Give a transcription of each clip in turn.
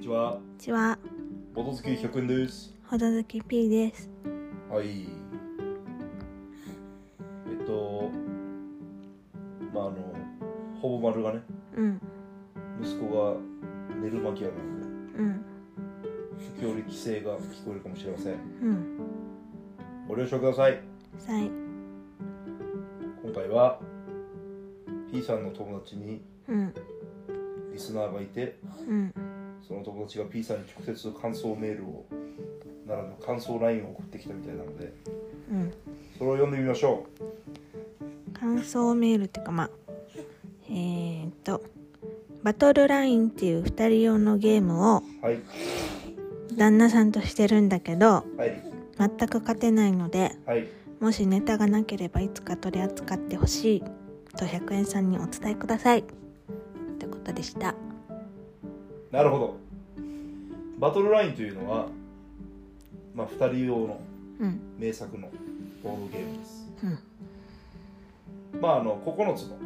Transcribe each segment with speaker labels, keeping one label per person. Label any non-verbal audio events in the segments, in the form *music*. Speaker 1: ちは、
Speaker 2: ボト付き100円です。
Speaker 1: ほどずき P です。
Speaker 2: はい。えっと、まああの、ほぼ丸がね、
Speaker 1: うん、
Speaker 2: 息子が寝る間際なんで、
Speaker 1: うん、
Speaker 2: 時折規制が聞こえるかもしれません。
Speaker 1: うん、
Speaker 2: ご了承ください。
Speaker 1: さい、
Speaker 2: 今回は、P さんの友達に
Speaker 1: うん、
Speaker 2: リスナーがいて、
Speaker 1: うん、
Speaker 2: その友達が P さんに直接感想メールを、ならぬ感想 LINE を送ってきたみたいなので、
Speaker 1: うん。
Speaker 2: それを読んでみましょう。
Speaker 1: 感想メールっていうかまあ、えーっと、バトルラインっていう二人用のゲームを
Speaker 2: はい。
Speaker 1: 旦那さんとしてるんだけど、
Speaker 2: はい。
Speaker 1: 全く勝てないので、
Speaker 2: はい。
Speaker 1: もしネタがなければいつか取り扱ってほしいと100円さんにお伝えください。ってことでした。
Speaker 2: なるほどバトルラインというのは、まあ、2人用の
Speaker 1: うん、
Speaker 2: 名作のボードゲームです
Speaker 1: うん、
Speaker 2: まああの9つの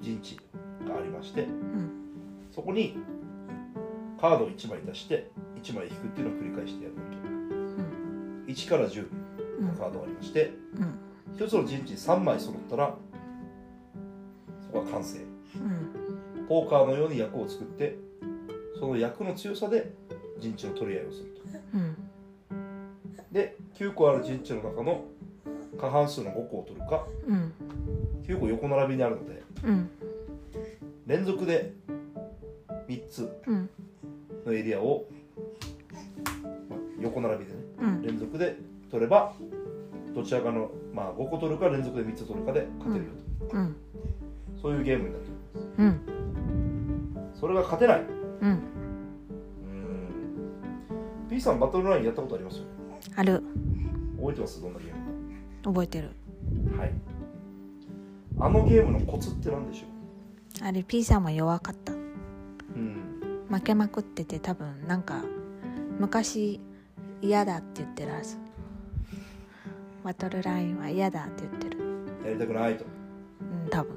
Speaker 2: 陣地がありまして
Speaker 1: うん、
Speaker 2: そこにカードを1枚出して1枚引くっていうのを繰り返してやるわけ1から10
Speaker 1: う
Speaker 2: の
Speaker 1: ん
Speaker 2: カ、ードがありまして
Speaker 1: うん、
Speaker 2: 1つの陣地に3枚揃ったらそこは完成
Speaker 1: うん、
Speaker 2: ポーカーのように役を作ってその役の強さで陣地の取り合いをすると
Speaker 1: うん。
Speaker 2: で9個ある陣地の中の過半数の5個を取るか
Speaker 1: うん
Speaker 2: 9個横並びにあるので
Speaker 1: うん
Speaker 2: 連続で3つ
Speaker 1: うん
Speaker 2: のエリアを、まあ横並びでね
Speaker 1: うん
Speaker 2: 連続で取ればどちらかの、まあ、5個取るか連続で3つ取るかで勝てるよ
Speaker 1: うん
Speaker 2: と、そういうゲームになって
Speaker 1: うん
Speaker 2: るそれが勝てないう
Speaker 1: うん
Speaker 2: ーん P さんバトルラインやったことありますよ
Speaker 1: ある
Speaker 2: 覚えてますどんなゲーム
Speaker 1: 覚えてる
Speaker 2: かはいあのゲームのコツって何でしょ
Speaker 1: あれ P さんは弱かった
Speaker 2: ううん
Speaker 1: 負けまくってて多分なんか昔嫌だって言ってるはずバトルラインは嫌だって言ってる
Speaker 2: やりたくないと
Speaker 1: うん多分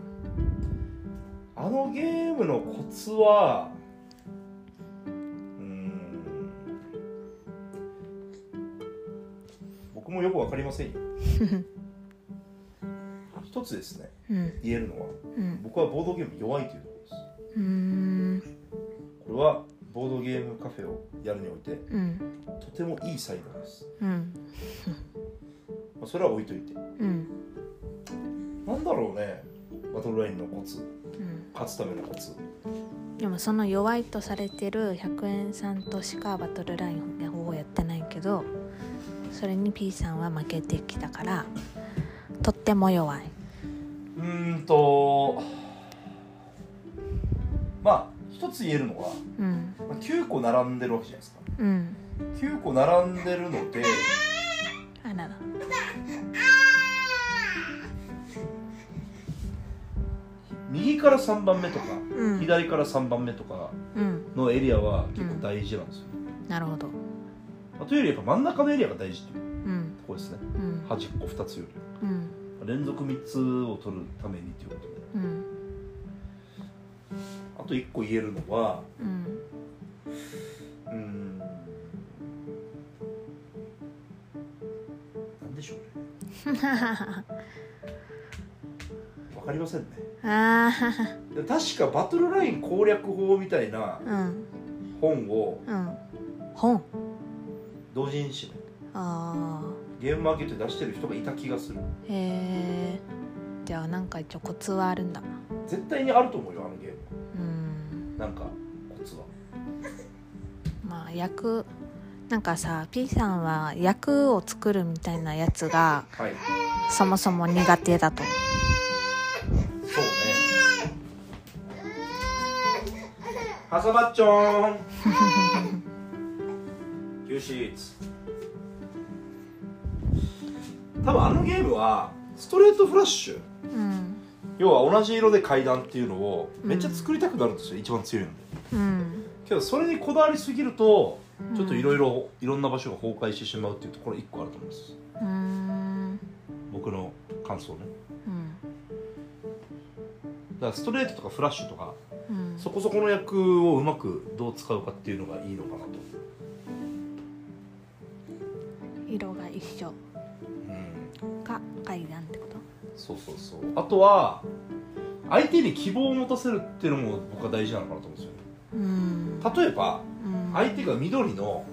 Speaker 2: あのゲームのコツはうーん僕もよくわかりませ *laughs* んよ一つですね
Speaker 1: うん
Speaker 2: 言えるのは
Speaker 1: うん
Speaker 2: 僕はボードゲーム弱いということです
Speaker 1: うーん
Speaker 2: これはボードゲームカフェをやるにおいて
Speaker 1: うん
Speaker 2: とてもいい才能です、
Speaker 1: うん
Speaker 2: まあ、それは置いといて
Speaker 1: うん
Speaker 2: なんだろうねバトルラインのコツ
Speaker 1: うん
Speaker 2: 勝つためのコツ
Speaker 1: でもその弱いとされてる100円さんとしかバトルラインほぼやってないけどそれに P さんは負けてきたからとっても弱いう
Speaker 2: ーんとまあ一つ言えるのは
Speaker 1: うん
Speaker 2: まあ9個並んでるわけじゃないですか
Speaker 1: うん
Speaker 2: 9個並んでるので
Speaker 1: あらら
Speaker 2: 右から3番目とか
Speaker 1: うん
Speaker 2: 左から3番目とか
Speaker 1: うん
Speaker 2: のエリアは結構大事なんですよ、
Speaker 1: なるほど
Speaker 2: まあというよりやっぱ真ん中のエリアが大事っていう
Speaker 1: うん
Speaker 2: ところですね
Speaker 1: うん
Speaker 2: 端っこ2つよ
Speaker 1: うん
Speaker 2: り連続3つを取るためにということで
Speaker 1: うん
Speaker 2: あと1個言えるのは
Speaker 1: うん
Speaker 2: うーんなんでしょうねわかりませんね
Speaker 1: ああ
Speaker 2: で確かバトルライン攻略法みたいな
Speaker 1: うん
Speaker 2: 本を
Speaker 1: うん本
Speaker 2: 同人誌の
Speaker 1: ああ
Speaker 2: ゲームマーケットで出してる人がいた気がする
Speaker 1: へえじゃあなんか一応コツはあるんだ
Speaker 2: 絶対にあると思うよあのゲーム
Speaker 1: うん
Speaker 2: なんかコツは
Speaker 1: まあ役なんかさ P さんは役を作るみたいなやつが
Speaker 2: はい
Speaker 1: そもそも苦手だと
Speaker 2: そうねハサバッチョーン休止多分あのゲームはストレートフラッシュ
Speaker 1: うん
Speaker 2: 要は同じ色で階段っていうのをめっちゃ作りたくなるんですよ、一番強いので
Speaker 1: うん
Speaker 2: けどそれにこだわりすぎるとちょっといろ
Speaker 1: い
Speaker 2: いろいろんな場所が崩壊してしまうっていうところ1個あると思います
Speaker 1: ろうん
Speaker 2: 僕の感想ね
Speaker 1: うん
Speaker 2: だからストレートとかフラッシュとか
Speaker 1: うん
Speaker 2: そこそこの役をうまくどう使うかっていうのがいいのかなと、
Speaker 1: 色が一緒
Speaker 2: うん、
Speaker 1: か階段ってこと
Speaker 2: そうそうそうあとは相手に希望を持たせるっていうのも僕は大事なのかなと思うんですよね
Speaker 1: うん
Speaker 2: 例えば
Speaker 1: うん
Speaker 2: 相手が緑の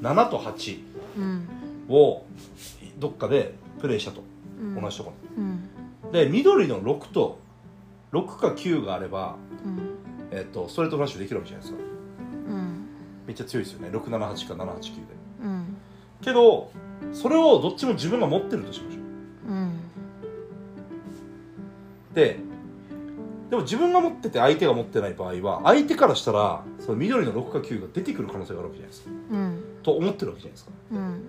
Speaker 2: 7と8
Speaker 1: うん
Speaker 2: をどっかでプレイしたと
Speaker 1: うん
Speaker 2: 同じとこ
Speaker 1: うん
Speaker 2: ろで緑の6と6か9があれば、
Speaker 1: うん
Speaker 2: えっとストレートフラッシュできるわけじゃないですか
Speaker 1: うん
Speaker 2: めっちゃ強いですよね678か789で
Speaker 1: うん
Speaker 2: けどそれをどっちも自分が持ってるとしましょう
Speaker 1: うん
Speaker 2: ででも自分が持ってて相手が持ってない場合は相手からしたらその緑の6か9が出てくる可能性があるわけじゃないですか
Speaker 1: うん
Speaker 2: と思ってるわけじゃないですか
Speaker 1: うん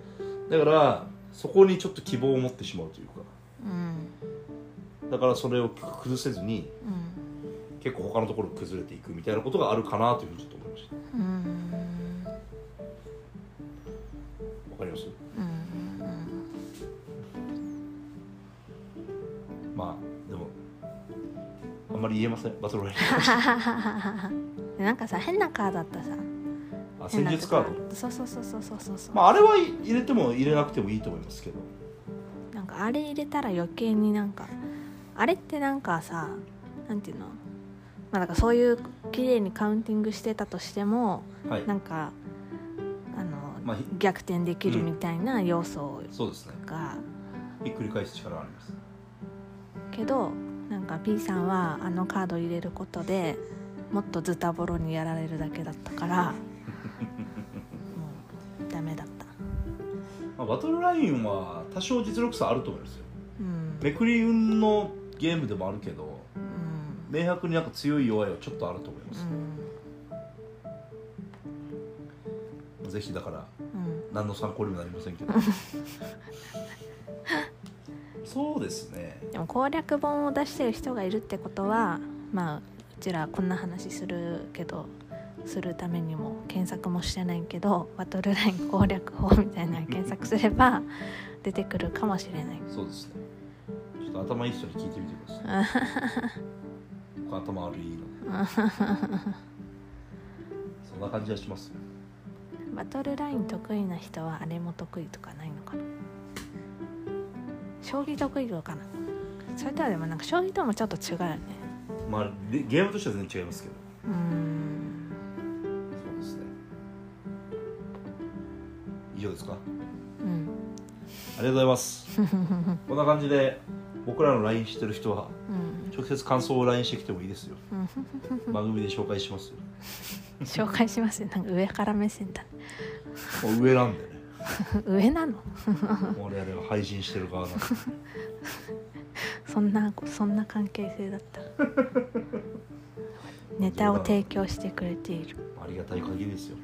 Speaker 2: だからそこにちょっと希望を持ってしまうというか
Speaker 1: うん
Speaker 2: だからそれを崩せずに
Speaker 1: うん
Speaker 2: 結構他のところ崩れていくみたいなことがあるかなというふうにちょっと思いました
Speaker 1: うーん
Speaker 2: わかります
Speaker 1: うんうん
Speaker 2: まあでもあんまり言えませんバトルロイヤ
Speaker 1: *laughs* でなんかさ変なカードだったさ
Speaker 2: ルあ
Speaker 1: 変
Speaker 2: 戦
Speaker 1: な
Speaker 2: 術カード
Speaker 1: ドそうそうそうそうそうそうそう、
Speaker 2: まああれは入れても入れなくてもいいと思いますけど
Speaker 1: なんかあれ入れたら余計になんかあれってなんかさなんていうのまあだからそういう綺麗にカウンティングしてたとしても
Speaker 2: はい
Speaker 1: なんかあの、
Speaker 2: まあひ
Speaker 1: 逆転できるみたいな要素
Speaker 2: そうですね
Speaker 1: が、
Speaker 2: ひっくり返す力があります
Speaker 1: けどなんか P さんはあのカード入れることでもっとズタボロにやられるだけだったからもうダメだった
Speaker 2: まあ、バトルラインは多少実力差あると思いますよ
Speaker 1: うん
Speaker 2: めくり運のゲームでもあるけど
Speaker 1: うん
Speaker 2: 明白になんか強い弱いはちょっとあると思いま
Speaker 1: う
Speaker 2: す、
Speaker 1: ん
Speaker 2: ぜひだから
Speaker 1: うん
Speaker 2: 何の参考にもなりませんけ
Speaker 1: *laughs*
Speaker 2: どそうですね
Speaker 1: でも攻略本を出してる人がいるってことはまあうちらこんな話するけどするためにも検索もしてないけどバトルライン攻略法みたいなの検索すれば出てくるかもしれない
Speaker 2: そうですねちょっと頭いい人に聞いてみてください
Speaker 1: *laughs*
Speaker 2: 僕頭悪いのでそんな感じはします
Speaker 1: バトルライン得意な人はあれも得意とかないのかな将棋得意かなそれとはでもなんか将棋ともちょっと違うよね
Speaker 2: まあゲゲームとしては全然違いますけど
Speaker 1: うーん
Speaker 2: そうですね以上ですか
Speaker 1: うん
Speaker 2: ありがとうございます *laughs* こんな感じで僕らの LINE してる人は
Speaker 1: うん
Speaker 2: 直接感想を LINE してきてもいい *laughs* ですよ
Speaker 1: うん
Speaker 2: 番組で紹介しますよ
Speaker 1: 紹介しますよなんか上から目線だ
Speaker 2: もう上なんでね
Speaker 1: 上なの
Speaker 2: もう我々は配信してる側なんで
Speaker 1: そんなそんな関係性だったネタを提供してくれている
Speaker 2: ありがたい限りです *laughs* よ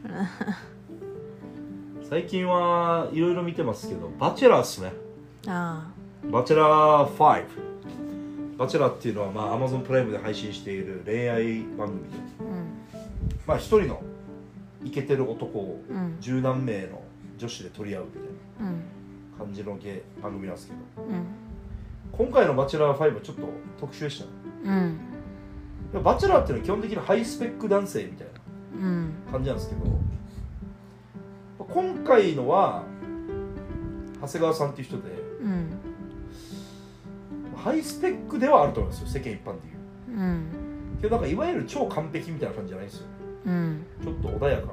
Speaker 2: 最近はいろいろ見てますけどバチェラーっすね
Speaker 1: あ
Speaker 2: バチェラー5バチェラーっていうのは、まあ、Amazon プライムで配信している恋愛番組で
Speaker 1: あうん
Speaker 2: まあ一人のイケてる男を
Speaker 1: うん
Speaker 2: 十何名の女子で取り合うみたい
Speaker 1: うん
Speaker 2: な感じのゲー番組なんですけど
Speaker 1: うん
Speaker 2: 今回の「バチェラー5」はちょっと特殊でしたね
Speaker 1: うん
Speaker 2: でもバチェラーっていうのは基本的にハイスペック男性みたいな
Speaker 1: うん
Speaker 2: 感じなんですけど今回のは長谷川さんっていう人で
Speaker 1: うん
Speaker 2: ハイスペックではあると思うんですよ世間一般でいう
Speaker 1: うん
Speaker 2: けどなんかいわゆる超完璧みたいな感じじゃないんですよ
Speaker 1: うん
Speaker 2: ちょっと穏やかな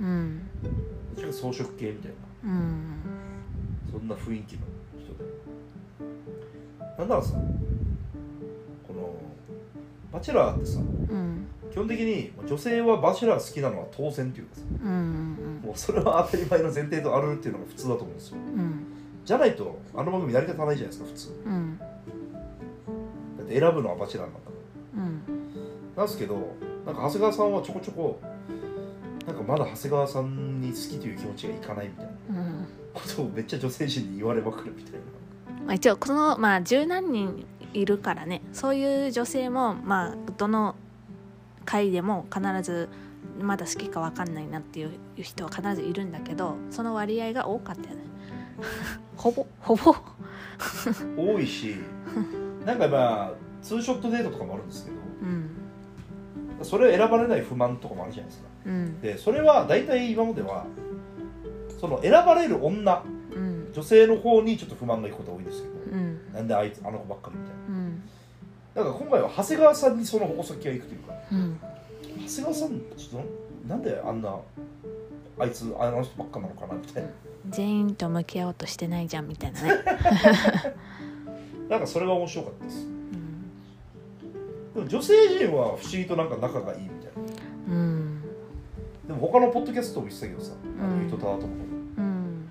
Speaker 1: うん
Speaker 2: どっちか装飾系みたいな
Speaker 1: うん
Speaker 2: そんな雰囲気の人でなんだろうさこのバチェラーってさ
Speaker 1: うん
Speaker 2: 基本的に女性はバチェラー好きなのは当然っていうかさ
Speaker 1: うん
Speaker 2: もうそれは当たり前の前提とあるっていうのが普通だと思うんですよ
Speaker 1: うん
Speaker 2: じゃないとあの番組成り立たないじゃないですか普通
Speaker 1: うん
Speaker 2: だって選ぶのはバチェラーなんだから
Speaker 1: うん
Speaker 2: なんですけどなんか長谷川さんはちょこちょこなんかまだ長谷川さんに好きという気持ちがいかないみたいな
Speaker 1: うん
Speaker 2: ことをめっちゃ女性陣に言われまくるみたいな
Speaker 1: まあ、一応このまあ十何人いるからねそういう女性もまあどの回でも必ずまだ好きか分かんないなっていう人は必ずいるんだけどその割合が多かったよねほぼほぼ
Speaker 2: 多 *laughs* いしなんかまあツーショットデートとかもあるんですけど
Speaker 1: うん
Speaker 2: それを選ばれない不満とかもあるじゃないですか
Speaker 1: うん
Speaker 2: でそれは大体今まではその選ばれる女
Speaker 1: うん
Speaker 2: 女性の方にちょっと不満がいくことが多いんですけど
Speaker 1: うん
Speaker 2: なんであいつあの子ばっかりみたい
Speaker 1: うん
Speaker 2: なだから今回は長谷川さんにその矛先がいくというか
Speaker 1: うん
Speaker 2: 長谷川さんちょっとなんであんなあいつあの人ばっかなのかなみたいな
Speaker 1: 全員と向き合おうとしてないじゃんみたいなね、
Speaker 2: なんかそれが面白かったです
Speaker 1: うん
Speaker 2: でも女性陣は不思議となんか仲がいいみたいな
Speaker 1: うん
Speaker 2: でも他のポッドキャストも言ってたけどさあの
Speaker 1: うん
Speaker 2: ゆとたわとも
Speaker 1: うん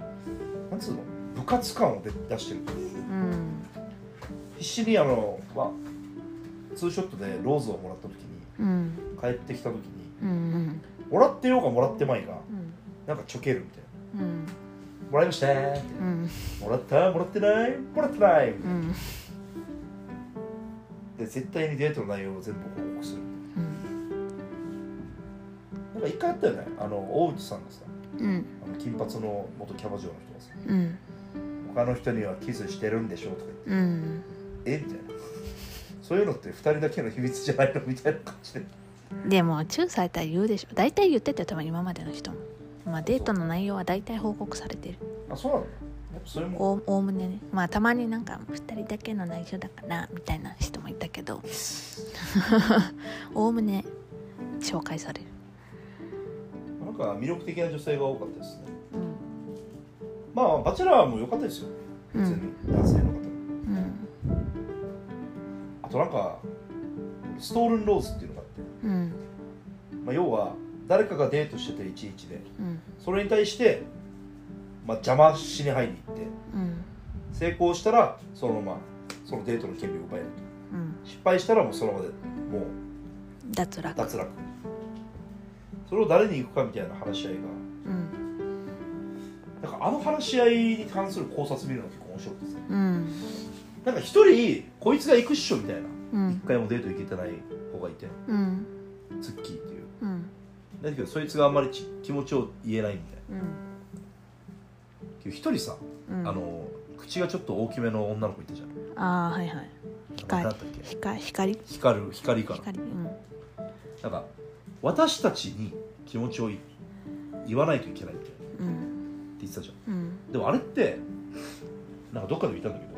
Speaker 2: なんつうの部活感を出出してる
Speaker 1: うん
Speaker 2: 必死にあのまあツーショットでローズをもらった時に
Speaker 1: うん
Speaker 2: 帰ってきた時に
Speaker 1: うんうん
Speaker 2: もらってようがもらってまいが
Speaker 1: うん
Speaker 2: なんかちょけるみたい
Speaker 1: うん
Speaker 2: なもらいましたーって
Speaker 1: うん
Speaker 2: もらったもらってないもらってない
Speaker 1: うん
Speaker 2: で絶対にデートの内容を全部報告するなんか一回あったよねあの大内さんがさ
Speaker 1: うん
Speaker 2: あの金髪の元キャバ嬢の人がさ
Speaker 1: うん
Speaker 2: 他の人にはキスしてるんでしょうとか言って
Speaker 1: うん
Speaker 2: えみたいなそういうのって2人だけの秘密じゃないのみたいな感じで
Speaker 1: でもチューされたら言うでしょ大体言ってたよ多分今までの人も、まあ、デートの内容は大体報告されてる
Speaker 2: あそうなんだやっぱそれも
Speaker 1: おおおむねねまあたまになんか2人だけの内緒だからみたいな人もいたけど *laughs* おおむね紹介される、
Speaker 2: なんか魅力的な女性が多かったですね
Speaker 1: うん
Speaker 2: まあバチェラーも良かったですよ
Speaker 1: う
Speaker 2: 別に
Speaker 1: ん
Speaker 2: 男性の方も
Speaker 1: うん
Speaker 2: あとなんかストールンローズっていうのがあって、
Speaker 1: うん
Speaker 2: まあ、要は誰かがデートしてていちいちで
Speaker 1: うん
Speaker 2: それに対して、まあ、邪魔しに入りに行って
Speaker 1: うん
Speaker 2: 成功したらそのままそのデートの権利を奪えると
Speaker 1: うん
Speaker 2: 失敗したらもうその場でもう
Speaker 1: 脱落
Speaker 2: 脱落それを誰に行くかみたいな話し合い
Speaker 1: うん
Speaker 2: がなんかあの話し合いに関する考察見るの結構面白くてさ
Speaker 1: うん
Speaker 2: なんか一人こいつが行くっしょみたいな
Speaker 1: う
Speaker 2: 一
Speaker 1: ん
Speaker 2: 回もデート行けてない子がいて
Speaker 1: うん
Speaker 2: ツッキーっていう
Speaker 1: うん
Speaker 2: だけどそいつがあんまりち気持ちを言えないみたいな
Speaker 1: うん
Speaker 2: けど一人さ、
Speaker 1: うん
Speaker 2: あの口がちょっと大きめの女の子いたじゃん
Speaker 1: あーはいはい
Speaker 2: 何
Speaker 1: 光
Speaker 2: だったっけ
Speaker 1: 光光
Speaker 2: 光る光かな
Speaker 1: 光うん
Speaker 2: なんか私たちに気持ちをい言わないといけないみたいなって
Speaker 1: うん
Speaker 2: 言ってたじゃん
Speaker 1: うん
Speaker 2: でもあれってなんかどっかで見たんだけど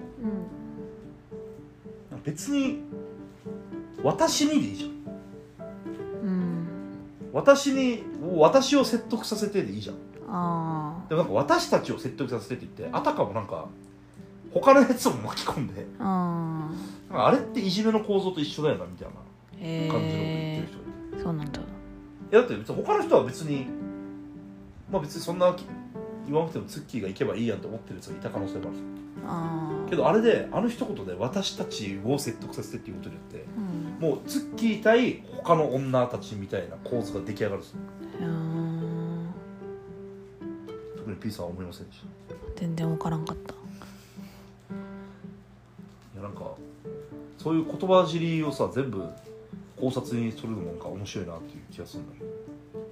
Speaker 1: うん
Speaker 2: なんか別に私にでいいじゃん
Speaker 1: うん
Speaker 2: 私に私を説得させてでいいじゃん
Speaker 1: あ
Speaker 2: でもなんか私たちを説得させてって言ってあたかもなんか他のやつも巻き込んで
Speaker 1: ーあ
Speaker 2: なんかあれっていじめの構造と一緒だよなみたいな
Speaker 1: ーへ
Speaker 2: 感じのこと言ってる人がい
Speaker 1: え
Speaker 2: て、
Speaker 1: そうなんだ
Speaker 2: いやだって別に他の人は別にまあ別にそんな言わなくてもツッキーが行けばいいやんと思ってるやつがいた可能性もあるんですよ
Speaker 1: ああ
Speaker 2: けどあれであの一言で私たちを説得させてっていうことによって
Speaker 1: うん
Speaker 2: もうツッキー対他の女たちみたいな構図が出来上がるんですよ
Speaker 1: あ
Speaker 2: 特に P さんは思いませんでしたい
Speaker 1: ー全然分からんかった
Speaker 2: やなんかそういう言葉尻をさ全部考察にするのもなんか面白いなっていう気がするんだけど、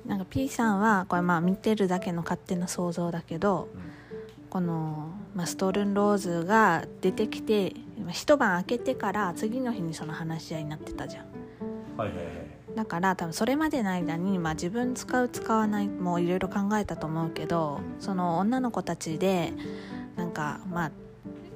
Speaker 1: なんか P さんはこれまあ見てるだけの勝手な想像だけどこの、まあ、ストールンローズが出てきてまあ一晩明けてから次の日にその話し合いになってたじゃん
Speaker 2: うん、はいはいはいはい
Speaker 1: だから多分それまでの間に、まあ、自分使う使わないもいろいろ考えたと思うけどその女の子たちでなんかまあ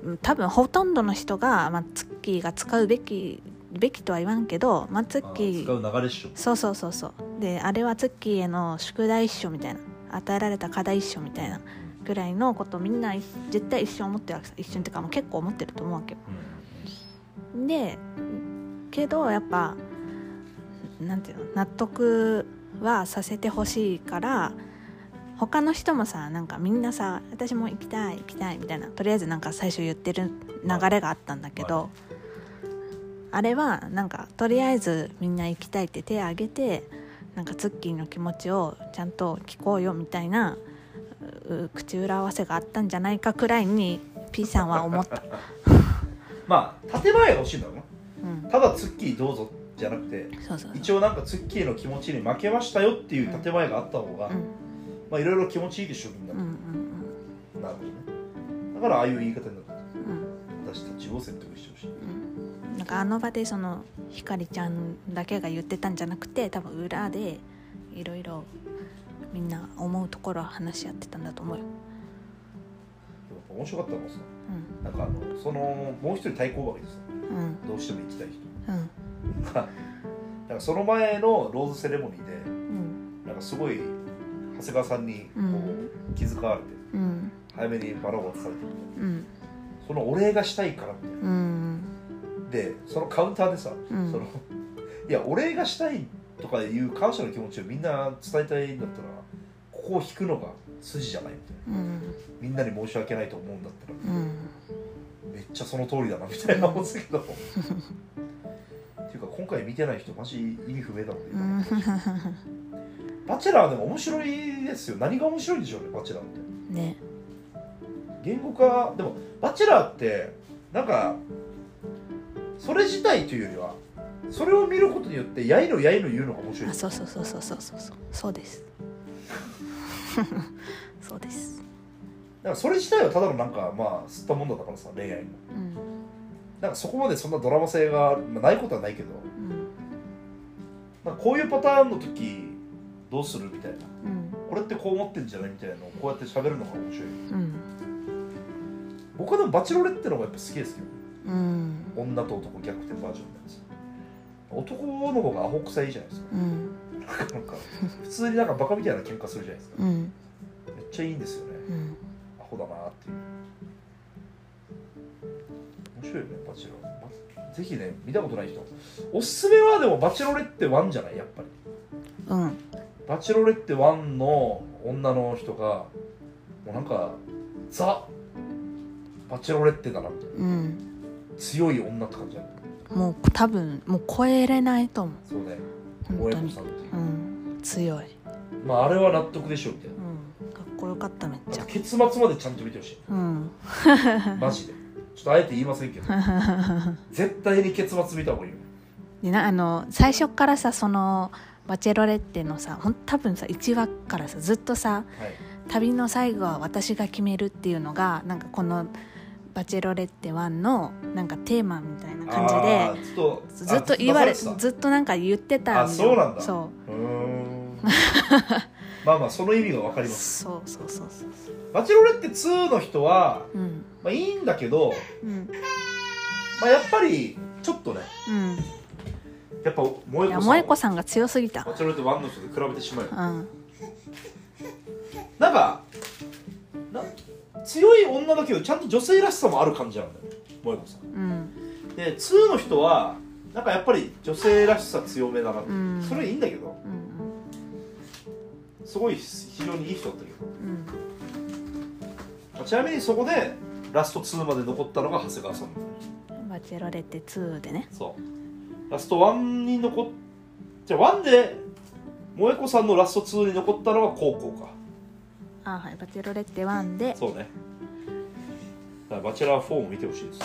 Speaker 1: うん多分ほとんどの人が、まあ、ツッキーが使うべきべきとは言わんけど、まあ、ツ
Speaker 2: あ
Speaker 1: ッキ
Speaker 2: ー使
Speaker 1: ー
Speaker 2: う流れっしょ
Speaker 1: そうそうそうそうであれはツッキーへの宿題一緒みたいな与えられた課題一緒みたいなぐらいのことみんな絶対一瞬思ってるわけさ一瞬っていうかもう結構思ってると思うわけよでけどやっぱなんていうの納得はさせてほしいから他の人もさなんかみんなさ私も行きたい行きたいみたいなとりあえずなんか最初言ってる流れがあったんだけど、
Speaker 2: は
Speaker 1: あれはなんかとりあえずみんな行きたいって手を挙げてなんかツッキーの気持ちをちゃんと聞こうよみたいなう口裏合わせがあったんじゃないかくらいに P さんは思った。
Speaker 2: まあ建前が欲しいんだろうな
Speaker 1: うん、
Speaker 2: ただツッキーどうぞじゃなくて
Speaker 1: そうそうそう
Speaker 2: 一応なんかツッキーの気持ちに負けましたよっていう建前があった方が、
Speaker 1: うん
Speaker 2: まあいろいろ気持ちいいでしょみんな、
Speaker 1: うんうん
Speaker 2: なるほどねだからああいう言い方になった
Speaker 1: うんうん
Speaker 2: 私たちを説得してほしい
Speaker 1: うん、なんかあの場でそのひかりちゃんだけが言ってたんじゃなくて多分裏でいろいろみんな思うところは話し合ってたんだと思うよ、
Speaker 2: やっぱ面白かったのはさ
Speaker 1: う
Speaker 2: なんかあのそのもう一人対抗馬がいてさ
Speaker 1: ん、うん
Speaker 2: どうしても行きたい人
Speaker 1: うん
Speaker 2: が *laughs* なんかその前のローズセレモニーで
Speaker 1: うん
Speaker 2: なんかすごい長谷川さんにこう気遣われて
Speaker 1: うん
Speaker 2: 早めにバラを渡されてみたいな
Speaker 1: うん
Speaker 2: そのお礼がしたいからみたいな
Speaker 1: うん
Speaker 2: でそのカウンターでさ、
Speaker 1: うん
Speaker 2: その *laughs* いやお礼がしたいとかいう感謝の気持ちをみんな伝えたいんだったらここを引くのが筋じゃないみたいな
Speaker 1: うん
Speaker 2: みんなに申し訳ないと思うんだったら
Speaker 1: うん
Speaker 2: めっちゃその通りだなみたいな思うんだ
Speaker 1: *laughs*
Speaker 2: けどっていうか今回見てない人マジ意味不明だもんね
Speaker 1: う、ん
Speaker 2: バチェラーでも面白いですよ何が面白いんでしょうねバチェラーって
Speaker 1: ね
Speaker 2: 言語化でもバチェラーってなんかそれ自体というよりはそれを見ることによってやいのやいの言うのが面白い
Speaker 1: あそうそうそうそうそうそうそうそうですそうです
Speaker 2: なんかそれ自体はただのなんかまあ吸ったもんだったからさ恋愛も
Speaker 1: うん
Speaker 2: なんかそこまでそんなドラマ性が、まあないことはないけど
Speaker 1: うん
Speaker 2: なんかこういうパターンの時どうするみたいな
Speaker 1: うん
Speaker 2: これってこう思ってんじゃないみたいなのをこうやって喋るのが面白い
Speaker 1: うん
Speaker 2: 僕はでもバチェロレってのがやっぱ好きですけど
Speaker 1: うん
Speaker 2: 女と男逆転バージョンのやつ男の方がアホ臭いじゃないですか
Speaker 1: うん
Speaker 2: なんか普通になんかバカみたいな喧嘩するじゃないですか
Speaker 1: うん
Speaker 2: めっちゃいいんですよね
Speaker 1: うん
Speaker 2: アホだなーっていう面白いよねバチェロレまぜひね見たことない人おすすめはでもバチェロレって1じゃないやっぱり
Speaker 1: うん
Speaker 2: バチェロレって1の女の人がもうなんかザバチェロレってだなみたいな
Speaker 1: うん
Speaker 2: 強い女って感じだね
Speaker 1: もう多分もう超えれないと思う
Speaker 2: そうね
Speaker 1: 本
Speaker 2: 親
Speaker 1: 当
Speaker 2: 子
Speaker 1: に
Speaker 2: さんっていう
Speaker 1: う、ん強い、
Speaker 2: まああれは納得でしょみたいな
Speaker 1: うん、かっこよかっためっち
Speaker 2: あ
Speaker 1: ゃ
Speaker 2: と結末までちゃんと見てほしい
Speaker 1: うん
Speaker 2: マジでちょっとあえて言いませんけ
Speaker 1: *laughs*
Speaker 2: ど絶対に結末見た方がいいよ
Speaker 1: でなあの最初からさその「バチェロレッテ」のさほん多分さ1話からさずっとさ
Speaker 2: はい
Speaker 1: 旅の最後は私が決めるっていうのがなんかこの「バチェロレッテ1」のなんかテーマみたいな感じ
Speaker 2: あ
Speaker 1: で
Speaker 2: ーずっと
Speaker 1: ずっと言われ
Speaker 2: あずっと出さ
Speaker 1: ずっとなんか言ってた
Speaker 2: あそうなんだ
Speaker 1: そ
Speaker 2: てたうーんまあまあその意味が分かり
Speaker 1: う
Speaker 2: ます
Speaker 1: そうそうそうそう
Speaker 2: バチェロレッテ2の人は、
Speaker 1: うん
Speaker 2: まあ、いいんだけど、
Speaker 1: うん
Speaker 2: まあ、やっぱりちょっとね
Speaker 1: うん
Speaker 2: やっぱ萌
Speaker 1: い
Speaker 2: え
Speaker 1: や
Speaker 2: 子
Speaker 1: 萌
Speaker 2: さん
Speaker 1: 子
Speaker 2: は
Speaker 1: さんが強すぎた
Speaker 2: バチェロレッテ1の人と比べてしまうよ
Speaker 1: うん
Speaker 2: なんかな強い女だけどちゃんと女性らしさもある感じなんだよね萌え子さん
Speaker 1: うん
Speaker 2: で2の人はなんかやっぱり女性らしさ強めだなって、
Speaker 1: うん
Speaker 2: それいいんだけど
Speaker 1: うん
Speaker 2: すごい非常にいい人だったけど
Speaker 1: うん
Speaker 2: まあちなみにそこでラスト2まで残ったのが長谷川さん
Speaker 1: うんバチェロレッテ2でね
Speaker 2: そうラスト1に残っじゃあ1で萌子さんのラスト2に残ったのは高校か
Speaker 1: あはいバチェロレッテ1で
Speaker 2: そうねだからバチェラー4も見てほしいです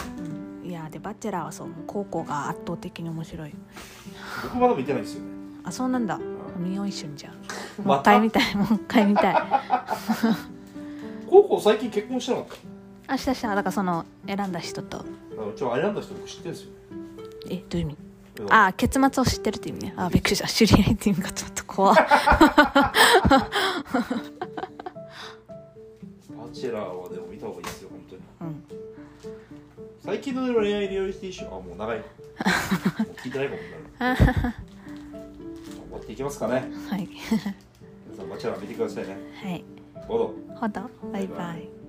Speaker 1: うんいやで「バチェラー」はそうもう高校が圧倒的に面白い
Speaker 2: 僕まだ見てないですよね
Speaker 1: あそうなんだ
Speaker 2: ん
Speaker 1: 見よう一瞬じゃん *laughs* も
Speaker 2: ま
Speaker 1: う一
Speaker 2: た
Speaker 1: 回見たいも *laughs* う一回見たい
Speaker 2: 高校最近結婚してなかった
Speaker 1: 明日しただからその選んだ人と
Speaker 2: だからうちは選んだ人僕知ってるんですよ
Speaker 1: えどういう意味
Speaker 2: だから
Speaker 1: あ結末を知ってるって意味ねあびっくりした知り合いって意味がちょっと怖い
Speaker 2: バチェラーはでも見た方がいいですよ本当に
Speaker 1: うん
Speaker 2: 最近の恋愛リアリティショーあもう
Speaker 1: *laughs*
Speaker 2: 長いもう聞いてないかもな終わっていきますかね
Speaker 1: はい
Speaker 2: 皆さんバチェラー見てくださいね
Speaker 1: はい
Speaker 2: どうぞ
Speaker 1: ほどバイバイ